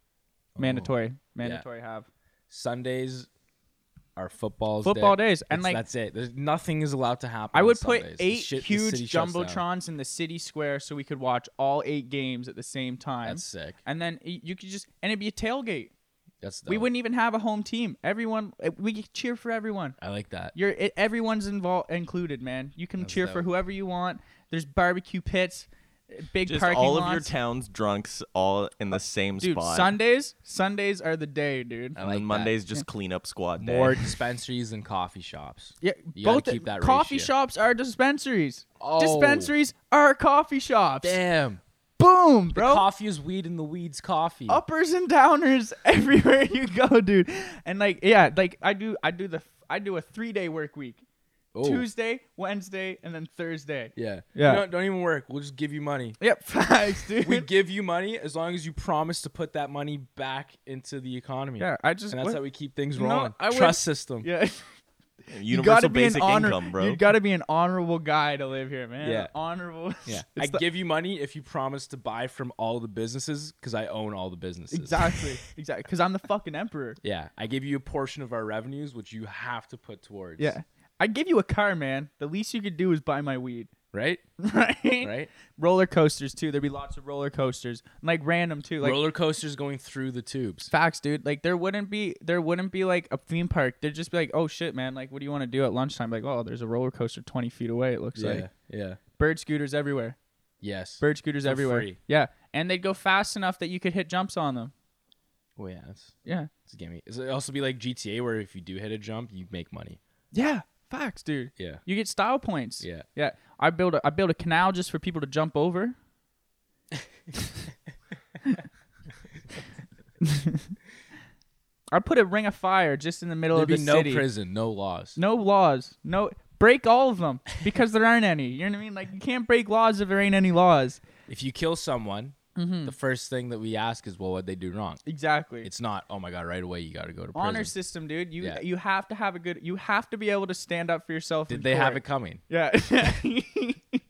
mandatory, Oh, Yeah. mandatory have Sundays are football's football day. days, and It's- like that's it. There's nothing is allowed to happen. I on would put Sundays. The eight shit- the city huge shuts down. jumbotrons in the city square so we could watch all eight games at the same time. That's sick. and then y- you could just and it'd be a tailgate. That's dope. We wouldn't even have a home team. Everyone, eh, we could cheer for everyone. I like that. You're it, everyone's involved included, man. You can That's cheer for dope. whoever you want. There's barbecue pits, uh, big just parking all lots. of your town's drunks all in the same dude, spot. Sundays, Sundays are the day, dude. I and like then that. Mondays just clean up squad day. *laughs* More dispensaries and coffee shops. Yeah, You gotta both keep that coffee ratio. shops are dispensaries. Oh. Dispensaries are coffee shops. Damn. Boom, bro. Coffee is weed and the weed's coffee. uppers and downers *laughs* everywhere you go, dude. And like, yeah, like I do, I do the, I do a three day work week: Oh, Tuesday, Wednesday, and then Thursday. Yeah. Yeah. You don't, don't even work. We'll just give you money. Yep, *laughs* facts, dude. We give you money as long as you promise to put that money back into the economy. yeah, I just And that's what- how we keep things No, rolling. I would- Trust system. *laughs* yeah. You Universal gotta be an basic honor- income, bro. You gotta be an honorable guy to live here, man. Yeah. honorable. *laughs* Yeah, I It's the- give you money if you promise to buy from all the businesses because I own all the businesses. exactly, exactly. Because I'm the fucking emperor. Yeah, I give you a portion of our revenues, which you have to put towards. Yeah, I give you a car, man. The least you could do is buy my weed, *laughs* Right. right? Right. Roller coasters too. There'd be lots of roller coasters, like random too. Like Roller coasters going through the tubes. facts, dude. Like there wouldn't be there wouldn't be like a theme park. There'd just be like, oh shit, man. Like, what do you want to do at lunchtime? Like, oh, there's a roller coaster twenty feet away. It looks like yeah. bird scooters everywhere. Yes. Bird scooters For everywhere. free. Yeah, and they'd go fast enough that you could hit jumps on them. oh yeah, that's, Yeah, that's a gimme. Is it also be like GTA where if you do hit a jump, you make money. yeah. Facts, dude. Yeah. You get style points. Yeah. Yeah. I build a I build a canal just for people to jump over. *laughs* I put a ring of fire just in the middle There'd of be the no city. prison, no laws. No laws. No break all *laughs* of them because there aren't any. You know what I mean? Like you can't break laws if there ain't any laws. If you kill someone, the first thing that we ask is, well, what they do wrong. Exactly. It's not, oh my god, right away you got to go to prison. honor system, dude. You Yeah. you have to have a good you have to be able to stand up for yourself. in Did they have court. it coming? Yeah.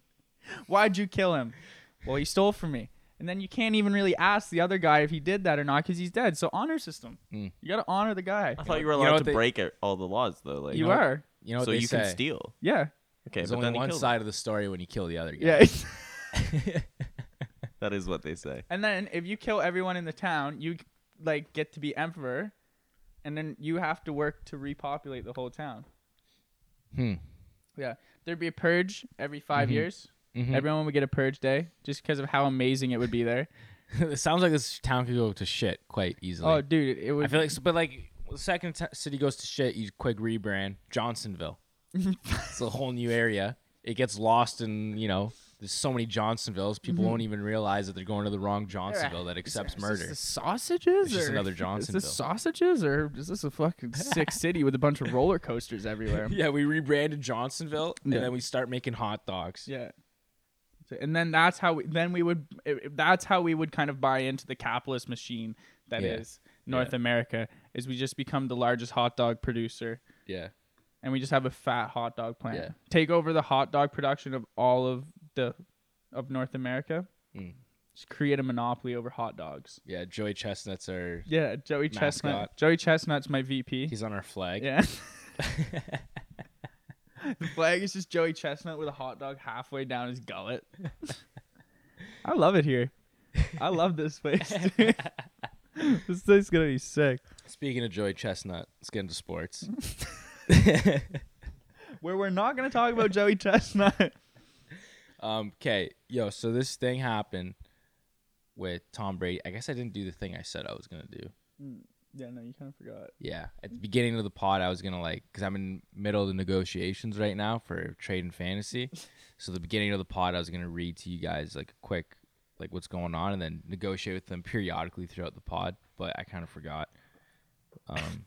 *laughs* Why'd you kill him? Well, he stole from me. And then you can't even really ask the other guy if he did that or not because he's dead. So honor system. You got to honor the guy. I thought you were You allowed know what to they- break it- all the laws though. Like You know, are. You know, what so they you can say, steal. Yeah. Okay, There's but only then he one killed side of the story when you kill the other guy. Yeah. *laughs* him. That is what they say. and then if you kill everyone in the town, you like get to be emperor. And then you have to work to repopulate the whole town. Hmm. Yeah. There'd be a purge every 5 years. Everyone would get a purge day just because of how amazing it would be there. *laughs* it sounds like this town could go to shit quite easily. Oh, dude, it I would feel like, but like the second t- city goes to shit, you quick rebrand *laughs* Johnsonville. it's a whole new area. It gets lost in you know. There's so many Johnsonvilles. Mm-hmm. People won't even realize that they're going to the wrong Johnsonville that accepts murder. Is this the sausages? It's just or- another *laughs* Is Johnsonville. this sausages or is this a fucking *laughs* sick city with a bunch of roller coasters everywhere? *laughs* yeah, we rebranded Johnsonville, and Yeah. then we start making hot dogs. yeah. So- And then that's how we, then we would i- i- that's how we would kind of buy into the capitalist machine that is Yeah. North America is we just become the largest hot dog producer yeah. and we just have a fat hot dog plant. Yeah. Take over the hot dog production of all of the of North America. Mm. Just create a monopoly over hot dogs. Yeah, Joey Chestnuts are. Yeah, Joey Chestnut. Mascot. Joey Chestnut's my VP. He's on our flag. Yeah. the flag is just Joey Chestnut with a hot dog halfway down his gullet. *laughs* I love it here. I love this place. *laughs* dude. this place is gonna be sick. Speaking of Joey Chestnut, let's get into sports. Where we're not gonna talk about Joey Chestnut. *laughs* Um, okay, yo, so this thing happened with Tom Brady. I guess I didn't do the thing I said I was gonna do. yeah, no, you kind of forgot. Yeah, at the beginning of the pod, I was gonna like, cause I'm in middle of the negotiations right now for trade and fantasy. So the beginning of the pod, I was gonna read to you guys like a quick, like what's going on, and then negotiate with them periodically throughout the pod. But I kind of forgot. Um,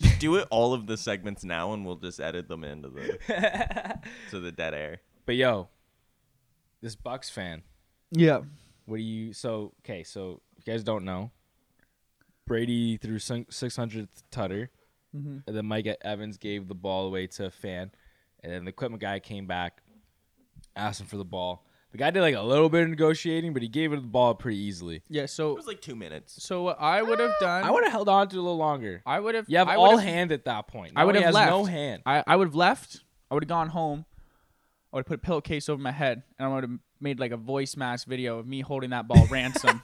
Just do it all of the segments now, and we'll just edit them into the *laughs* to the dead air. but yo, this Bucks fan, Yeah. what do you? So okay, so if you guys don't know, Brady threw six hundredth tutter. Mhm. And then Mike E-, Evans gave the ball away to a fan. And then the equipment guy came back, asked him for the ball. The guy did like a little bit of negotiating, but he gave it the ball pretty easily. Yeah. It So, was like two minutes. so what I would have done, I would have held on to it a little longer. I would have, You have I all would've- hand at that point. I Now would he have has left. no hand. I, I would have left. I would have gone home. I would have put a pillowcase over my head, and I would have made like a voice mask video of me holding that ball ransom.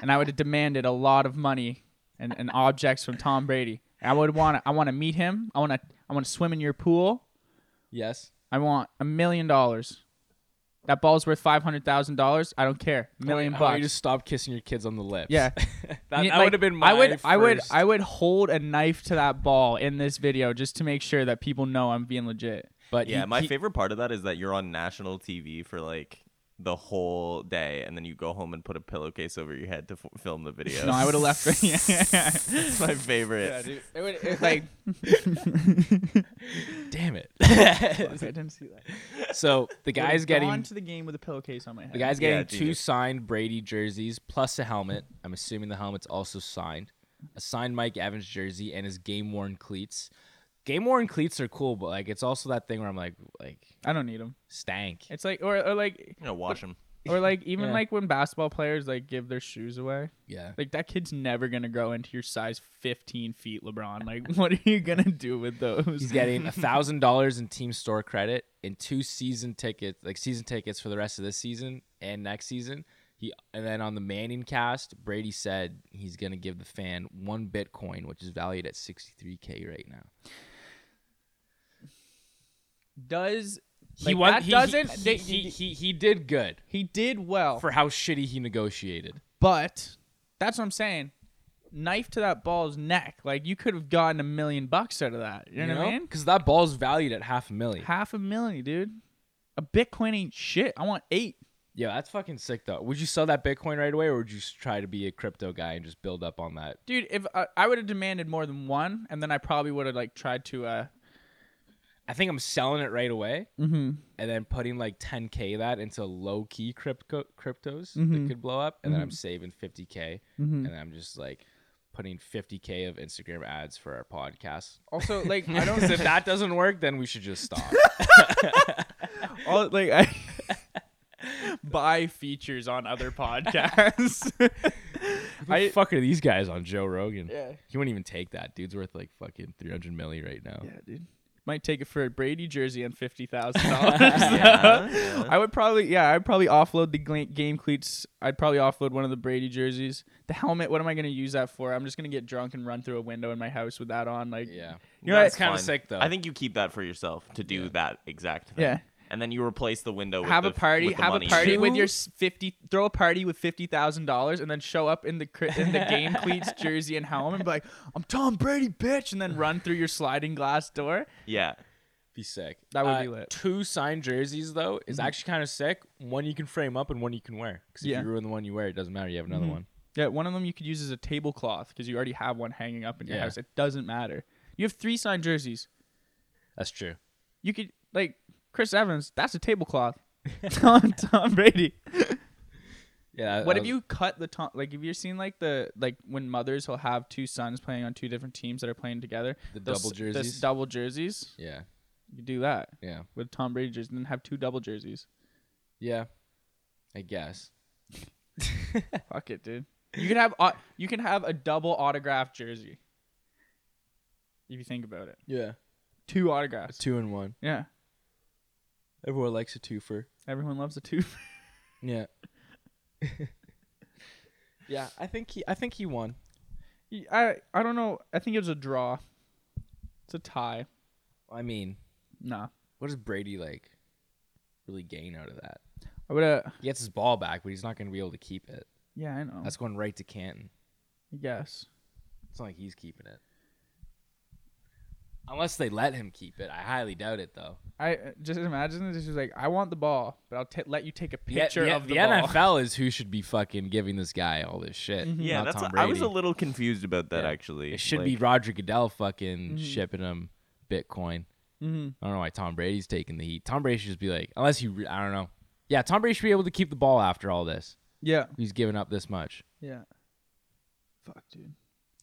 And I would have demanded a lot of money and, and objects from Tom Brady. I would want I want to meet him. I want to I want to swim in your pool. Yes. I want a million dollars. That ball's worth five hundred thousand dollars. I don't care. Million How about bucks. You just stop kissing your kids on the lips. *laughs* Yeah. that Yeah, that like, would have been my I would I would first- I would hold a knife to that ball in this video just to make sure that people know I'm being legit. but Yeah, he- my he- favorite part of that is that you're on national TV for like the whole day, and then you go home and put a pillowcase over your head to f- film the *laughs* video. No, I would have *laughs* left. That's my favorite. dude. It would, it's like, *laughs* Damn it. *laughs* I didn't see that. so the guy's getting to the game with a pillowcase on my head. The guy's Yeah, getting dude. two signed Brady jerseys plus a helmet. I'm assuming the helmet's also signed. A signed Mike Evans jersey and his game worn cleats. Game worn cleats are cool, but like it's also that thing where I'm like like I don't need them. stank. It's like or or like You know, wash them. *laughs* or like even Yeah. like when basketball players like give their shoes away. Yeah. Like that kid's never gonna grow into your size 15 feet, LeBron. Like *laughs* what are you gonna do with those? He's getting a thousand dollars in team store credit and two season tickets, like season tickets for the rest of this season and next season. He and then on the Manning cast, Brady said he's gonna give the fan one Bitcoin, which is valued at sixty three k right now. *laughs* does He Like, won. that he, doesn't- He, they- he, Oh. he, he did good he did well, for how shitty he negotiated. but that's what I'm saying. Knife to that ball's neck. Like you could have gotten a million bucks out of that. You know, what I mean? Because that ball's valued at half a million. Half a million, dude. A Bitcoin ain't shit. I want eight. Yeah, that's fucking sick though. Would you sell that Bitcoin right away, or would you s- try to be a crypto guy and just build up on that? Dude, if uh, I would have demanded more than one, and then I probably would have like tried to uh I think I'm selling it right away. mm-hmm. and then putting like 10k that into low key crypto cryptos that could blow up, and then I'm saving 50k, and then I'm just like putting 50k of Instagram ads for our *laughs* podcast. Also, like I *laughs* don't. 'Cause if that doesn't work, then we should just stop. all like I *laughs* buy features on other *laughs* podcasts. I fuck are these guys on Joe Rogan? Yeah. He wouldn't even take that. Dude's worth like fucking 300 milli right now. yeah, dude. Might take it for a Brady jersey and fifty thousand *laughs* dollars. Yeah, yeah. I would probably, yeah, I'd probably offload the gla- game cleats. I'd probably offload one of the Brady jerseys. The helmet. What am I gonna use that for? I'm just gonna get drunk and run through a window in my house with that on. Like, Yeah. You know, That's it's kind of fine. sick though. I think you keep that for yourself to do that exact thing. Yeah. And then you replace the window. With have the, a party, with the have a money. party Two- with your s- fifty. Throw a party with fifty thousand dollars, and then show up in the cri- in the game cleats, jersey, and helmet, and be like, "I'm Tom Brady, bitch!" And then run through your sliding glass door. *laughs* Yeah. Hmm. be Mm-hmm. sick. Uh, That would be lit. Two signed jerseys though is actually kind of sick. One you can frame up and one you can wear. Because if Yeah. you ruin the one you wear, it doesn't matter. You have another one. Yeah, one of them you could use as a tablecloth because you already have one hanging up in your Yeah. house. It doesn't matter. You have three signed jerseys. That's true. You could like Chris Evans. That's a tablecloth. *laughs* Tom, Tom Brady. Uh, Yeah. that What if um, was- you cut the Tom? Like, have you seen like the like when mothers will have two sons playing on two different teams that are playing together? The They'll double s- they'll s- jerseys? Double jerseys. Yeah. You do that. Yeah. with Tom Brady jersey and then have two double jerseys. Yeah. I *laughs* guess. Fuck it, dude. You can have au- you can have a double autographed jersey. If you think about it, Yeah. two autographs. Two and one. Yeah, Everyone likes a twofer. everyone loves a two. *laughs* Yeah. *laughs* yeah, I think he I think he won. I I don't know. I think it was a draw. It's a tie. I mean, Nah, what does Brady like really gain out of that? I would have. He gets his ball back, but he's not gonna be able to keep it. Yeah, I know. That's going right to Canton. yes. It's not like he's keeping it. Unless they let him keep it. I highly doubt it though. I uh, just imagine this is like I want the ball, but I'll t- let you take a The- picture the, of the, the ball. *laughs* NFL is who should be fucking giving this guy all this shit. Mm-hmm. Yeah. not that's. Tom I was a Brady. little confused about that Yeah. actually. It should Like, be Roger Goodell fucking Mm-hmm. shipping him Bitcoin. Mhm. I don't know why Tom Brady's taking the heat. Tom Brady should just be like, unless you, re- I don't know. Yeah, Tom Brady should be able to keep the ball after all this. Yeah, He's given up this much. yeah. Fuck, dude.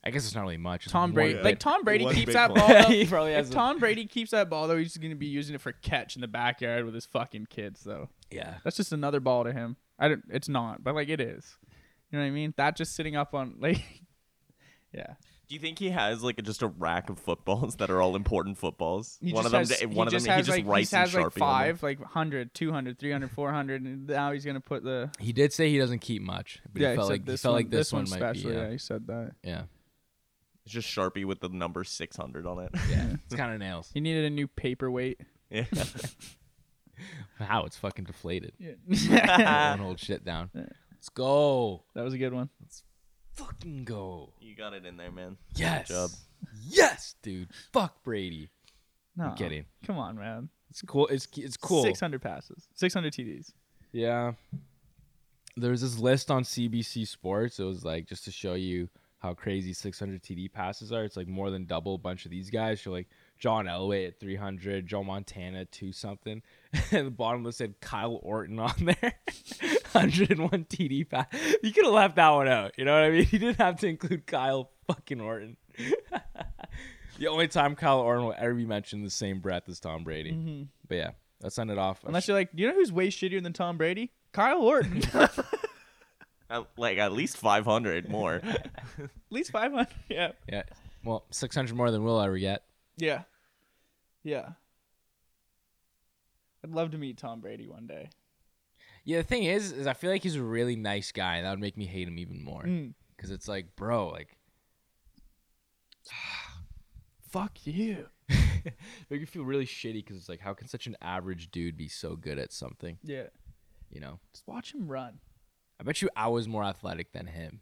I guess it's not really much. It's Tom one Brady, bit. like Tom Brady One keeps big that play. ball. *laughs* Up, He probably if has a- Tom Brady keeps that ball though, he's gonna be using it for catch in the backyard with his fucking kids though. yeah, That's just another ball to him. I don't. It's not, but like it is. You know what I mean? That just sitting up on like, *laughs* yeah. Do you think he has like just a rack of footballs that are all important footballs? He one just of them. has- d- one he of them. just he has just like, writes he has in like sharpie. on them. five, like 100, 200, 300, 400, and now he's gonna put the. he did say he doesn't keep much, but yeah, he he felt said like he this felt one, like this, one, might be. uh, special. yeah, Yeah, he said that. yeah, It's just sharpie with the number six hundred on it. *laughs* *laughs* yeah. it's kind of nails. He needed a new paperweight. Yeah. How it's fucking *laughs* deflated. that Don't hold shit down. Let's go. was a good one. Fucking go. you got it in there, man. Yes. job. Yes, dude. Fuck Brady. No, I'm kidding. Come on, man. It's cool. It's it's cool. Six hundred passes, six hundred TDs. Yeah. There was this list on CBC Sports. It was like just to show you how crazy 600 TD passes are. It's like more than double a bunch of these guys. You're like John Elway at 300, Joe Montana two something, *laughs* and the bottom list said Kyle Orton on there, *laughs* 101 TD pass. You could *laughs* have left that one out. You know what I mean? You didn't have to include Kyle fucking Orton. *laughs* the only time Kyle Orton will ever be mentioned in the same breath as Tom Brady. But yeah, let's end it off. Unless you're like, you know who's way shittier than Tom Brady? Kyle *laughs* Orton. At Uh, like at least 500 more. *laughs* least 500. *laughs* Yeah. yeah, well, six hundred more than we'll ever get. Yeah. Yeah. I'd love to meet Tom Brady one day. Yeah, the thing is, is I feel like he's a really nice guy, and that would make me hate him even more. Because it's like, bro, like Fuck you. make you feel really shitty because it's like, how can such an average dude be so good at something? Yeah. You know, Just watch him run. I bet you I was more athletic than him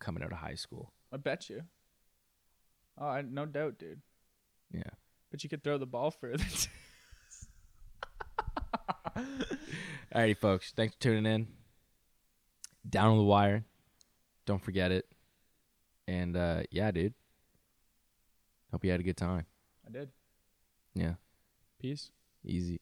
coming out of high school. I bet you. Oh, I, no doubt, dude. Yeah. But you could throw the ball further. *laughs* too. Alrighty, folks. Thanks for tuning in. Down on the wire. Don't forget it. And uh, yeah, dude. Hope you had a good time. I did. Yeah. Peace. Easy.